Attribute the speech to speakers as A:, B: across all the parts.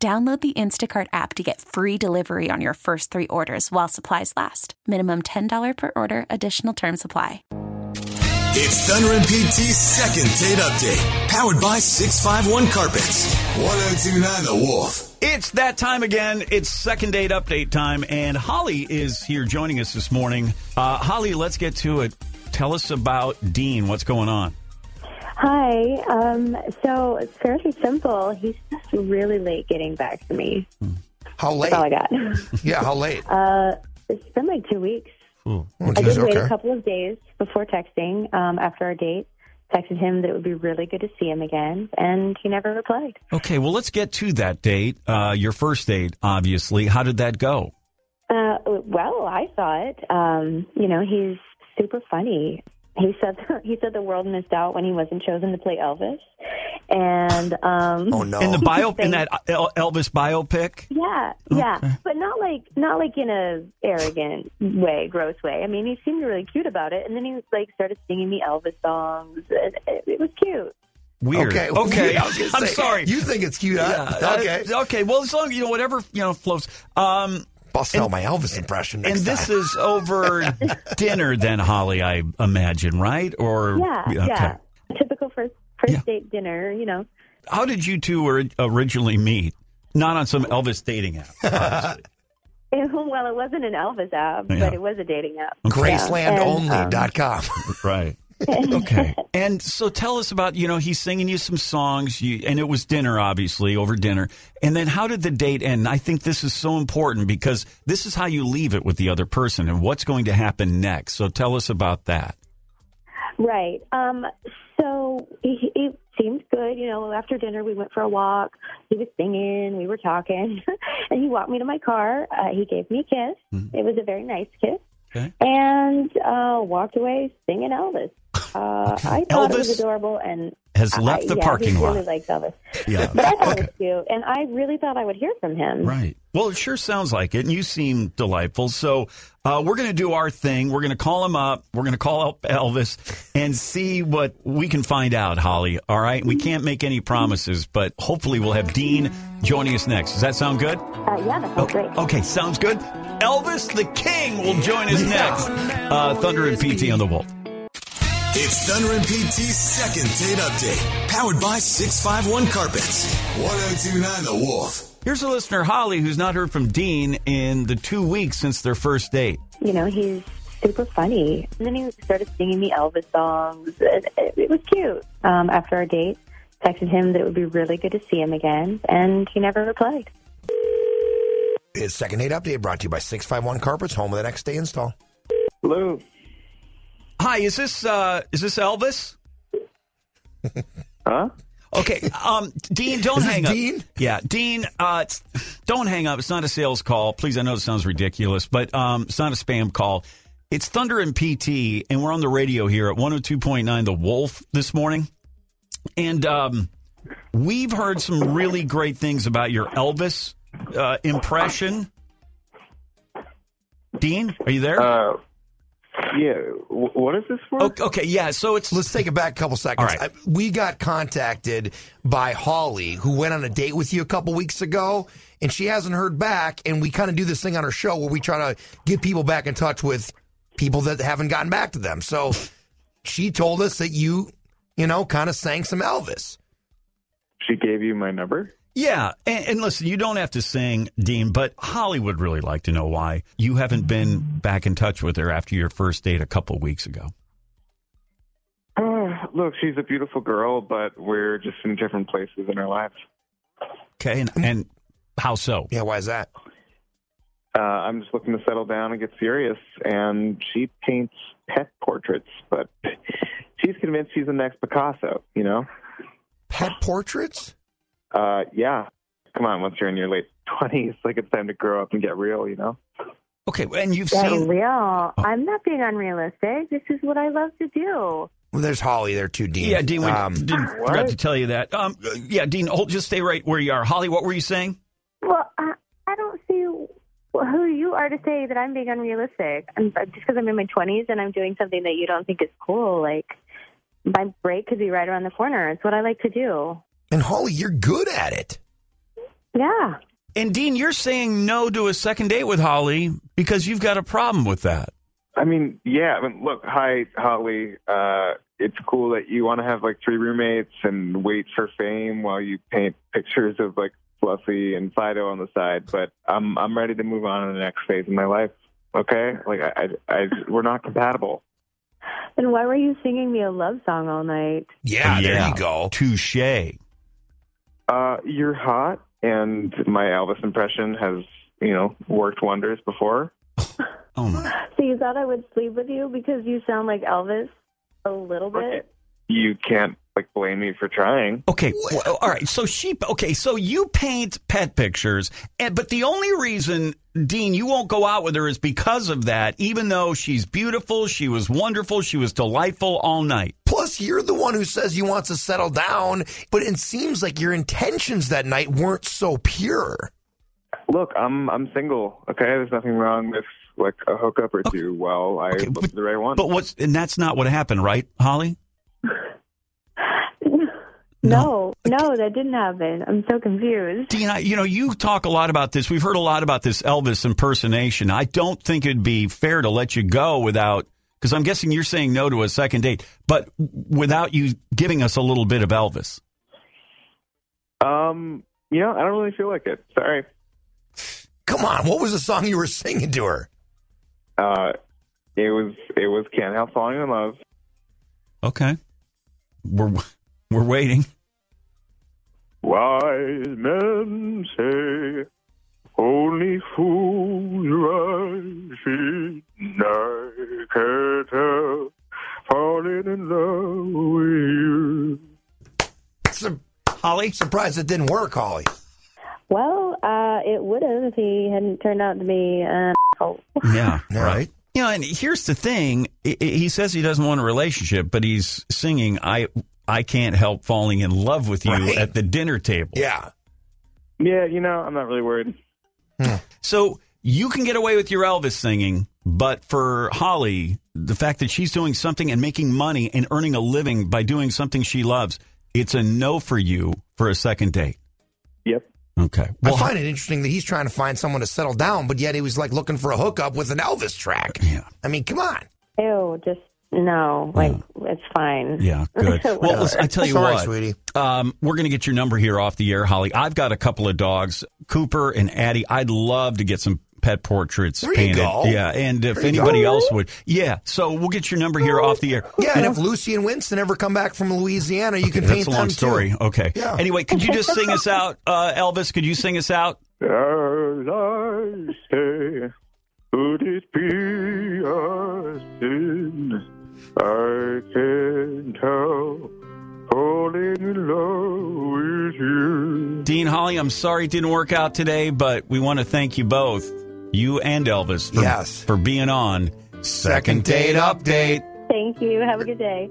A: Download the Instacart app to get free delivery on your first three orders while supplies last. Minimum $10 per order, additional term supply.
B: It's Thunder and PT's second date update, powered by 651 Carpets. 1029 The Wolf.
C: It's that time again. It's second date update time, and Holly is here joining us this morning. Uh, Holly, let's get to it. Tell us about Dean. What's going on?
D: Hi. Um, so it's fairly simple. He's just really late getting back to me.
E: How late?
D: That's all I got.
E: Yeah, how late?
D: Uh, it's been like two weeks.
E: Oh,
D: I
E: geez,
D: did wait
E: okay.
D: a couple of days before texting um, after our date. Texted him that it would be really good to see him again, and he never replied.
C: Okay, well, let's get to that date. Uh, your first date, obviously. How did that go?
D: Uh, well, I saw it. Um, you know, he's super funny. He said he said the world missed out when he wasn't chosen to play Elvis, and um,
E: Oh, no.
C: In the bio, in
D: Thanks.
C: that uh, El- Elvis biopic.
D: Yeah, yeah, but not like not like in a arrogant way, gross way. I mean, he seemed really cute about it, and then he like started singing me Elvis songs. It, it, it was cute.
C: Weird.
E: Okay.
C: Okay.
E: I was gonna
C: I'm
E: say,
C: sorry.
E: You think it's cute, huh?
C: Uh,
E: okay.
C: Okay. Well, as long you know, whatever you know flows. Um,
E: Bust out my Elvis impression
C: and this
E: next time.
C: is over dinner, then, Holly. I imagine, right? Or
D: Yeah,
C: okay.
D: yeah. Typical first first
C: Yeah.
D: date dinner, you know.
C: How did you two ori- originally meet? Not on some Elvis dating app. obviously.
D: And, well, it wasn't an Elvis app,
C: Yeah.
D: but it was a dating app. Yeah, and, um,
E: GracelandOnly.com.
C: right. okay. And so tell us about, you know, he's singing you some songs, you, and it was dinner, obviously, over dinner. And then how did the date end? I think this is so important because this is how you leave it with the other person and what's going to happen next. So tell us about that.
D: Right. Um, so he, he seemed good. You know, after dinner, we went for a walk. He was singing, we were talking, and he walked me to my car. Uh, he gave me a kiss. It was a very nice kiss.
C: Mm-hmm. Okay.
D: And uh, walked away singing Elvis. Uh, I thought it
C: Elvis
D: was adorable, and
C: Has left
D: I,
C: the
D: yeah,
C: parking
D: he
C: lot.
D: Really liked Elvis,
C: Yeah.
D: but I thought it was cute, and I really thought I would hear from him.
C: Right. Well, it sure sounds like it, and you seem delightful. So uh, we're going to do our thing. We're going to call him up. We're going to call up Elvis and see what we can find out, Holly. All right. We can't make any promises, but hopefully we'll have Dean joining us next. Does that sound good?
D: Uh, yeah, that sounds
C: Okay.
D: great.
C: Okay. Sounds good. Elvis the King will join us next. Uh, Thunder and PT on the Wolf.
B: It's Thunder and PT's second date update, powered by 651 Carpets. 1029 The Wolf.
C: Here's a listener, Holly, who's not heard from Dean in the two weeks since their first date.
D: You know, he's super funny. And then he started singing me Elvis songs. It, it, it was cute. Um, after our date, texted him that it would be really good to see him again, and he never replied.
E: It's second date update brought to you by 651 Carpets, home of the next day install.
F: Hello.
C: Hi, is this uh, is this Elvis?
F: Huh?
C: Okay, um, Dean, don't
E: Is this
C: hang up.
E: Dean?
C: Yeah, Dean, uh, it's- don't hang up. It's not a sales call. Please, I know it sounds ridiculous, but um, it's not a spam call. It's Thunder and PT, and we're on the radio here at 102.9 The Wolf this morning. And um, we've heard some really great things about your Elvis uh, impression. Dean, are you there?
F: Uh, yeah. W- what is this for?
C: O- okay, yeah, so it's.
E: Let's take it back a couple seconds.
C: All right.
E: I- we got contacted by Holly, who went on a date with you a couple weeks ago, and she hasn't heard back. And we kind of do this thing on our show where we try to get people back in touch with people that haven't gotten back to them. So she told us that you, you know, kind of sang some Elvis.
F: She gave you my number.
C: Yeah, and, and listen, you don't have to sing, Dean, but Holly would really like to know why you haven't been back in touch with her after your first date a couple weeks ago.
F: Uh, look, she's a beautiful girl, but we're just in different places in our lives.
C: Okay, and, and how so?
E: Mm. Yeah, why is that?
F: Uh, I'm just looking to settle down and get serious. And she paints pet portraits, but she's convinced she's the next Picasso. You know?
E: Pet portraits?
F: Uh, yeah. Come on, once you're in your late 20s. Like it's time to grow up and get real, you know?
C: Okay, and you've
D: Get
C: seen
D: real. I'm not being unrealistic. This is what I love to do.
E: Well, there's Holly there too, Dean.
C: Yeah, Dean, we
E: Um,
C: didn't, forgot to tell you that. Um, yeah, Dean, hold, just stay right where you are. Holly, what were you saying?
D: Well, I, I don't see who you are to say that I'm being unrealistic. I'm, just because I'm in my 20s and I'm doing something that you don't think is cool, like my break could be right around the corner. It's what I like to do.
E: and Holly, you're good at it.
D: Yeah.
C: And Dean, you're saying no to a second date with Holly because you've got a problem with that.
F: I mean, yeah. I mean, look, hi, Holly. Uh, it's cool that you want to have like three roommates and wait for fame while you paint pictures of like Fluffy and Fido on the side. But I'm I'm ready to move on to the next phase of my life. Okay, like I, I, I we're not compatible.
D: Then why were you singing me a love song all night?
E: Yeah, there you go.
C: Touche.
F: Uh, you're hot, and my Elvis impression has you know worked wonders before.
C: Oh my!
D: So you thought I would sleep with you because you sound like Elvis a little bit?
F: You can't like blame me for trying.
C: Okay, well, all right. So she. Okay, so you paint pet pictures, and, but the only reason, Dean, you won't go out with her is because of that. Even though she's beautiful, she was wonderful, she was delightful all night.
E: Plus, you're the one who says you wants to settle down, but it seems like your intentions that night weren't so pure.
F: Look, I'm I'm single. Okay, there's nothing wrong with like a hookup or two while I
C: Okay,
F: look
C: but-
F: for the right one.
C: But what's and that's not what happened, right, Holly?
D: No, no, that didn't happen. I'm so confused.
C: Dean, I, you know, you talk a lot about this. We've heard a lot about this Elvis impersonation. I don't think it'd be fair to let you go without, because I'm guessing you're saying no to a second date, but without you giving us a little bit of Elvis.
F: Um, you know, I don't really feel like it. Sorry.
E: Come on, what was the song you were singing to her?
F: Uh, it was it was can't help falling in love.
C: Okay, we're we're waiting.
F: Wise men say only fools rush in can't help falling in love with you.
E: Sur-
C: Holly,
E: surprised it didn't work, Holly.
D: Well, uh, it would have if he hadn't turned out to be an asshole.
C: yeah,
E: All right.
C: You know, and here's the thing: I- I- he says he doesn't want a relationship, but he's singing "I I Can't Help Falling in Love with You"
E: Right.
C: at the dinner table.
E: Yeah.
F: Yeah, you know, I'm not really worried.
C: So you can get away with your Elvis singing, but for Holly, the fact that she's doing something and making money and earning a living by doing something she loves, it's a no for you for a second date.
F: Yep.
C: Okay. Well,
E: I find it interesting that he's trying to find someone to settle down, but yet he was like looking for a hookup with an Elvis track.
C: Yeah.
E: I mean, come on.
D: Ew, just no. Like, it's fine.
C: yeah, good. Well,
D: Whatever.
C: listen, I tell you
E: Sorry,
C: what,
E: sweetie.
C: Um, we're going to get your number here off the air, Holly. I've got a couple of dogs, Cooper and Addie. I'd love to get some pet portraits
E: There you
C: painted.
E: go.
C: Yeah, and if
E: There you go.
C: anybody else would, yeah. So we'll get your number here off the air.
E: Yeah, and if Lucy and Winston ever come back from Louisiana, you can
C: That's
E: paint
C: a
E: them
C: long
E: too.
C: story. Okay.
E: Yeah.
C: Anyway, could you just sing us out, uh, Elvis? Could you sing us out?
F: As I say, would it be a sin? I can't help falling in love with you.
C: Dean Holly, I'm sorry it didn't work out today, but we want to thank you both, you and Elvis, for,
E: Yes.
C: for being on
E: Second date update.
D: Thank you. Have a good day.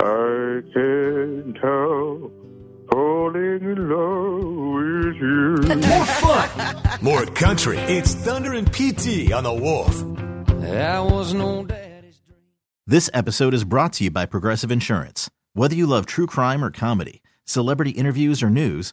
F: I can't help falling in love with you.
B: More fun, more country. It's Thunder and PT on the Wolf.
G: That was no daddy's dream.
H: This episode is brought to you by Progressive Insurance. Whether you love true crime or comedy, celebrity interviews or news,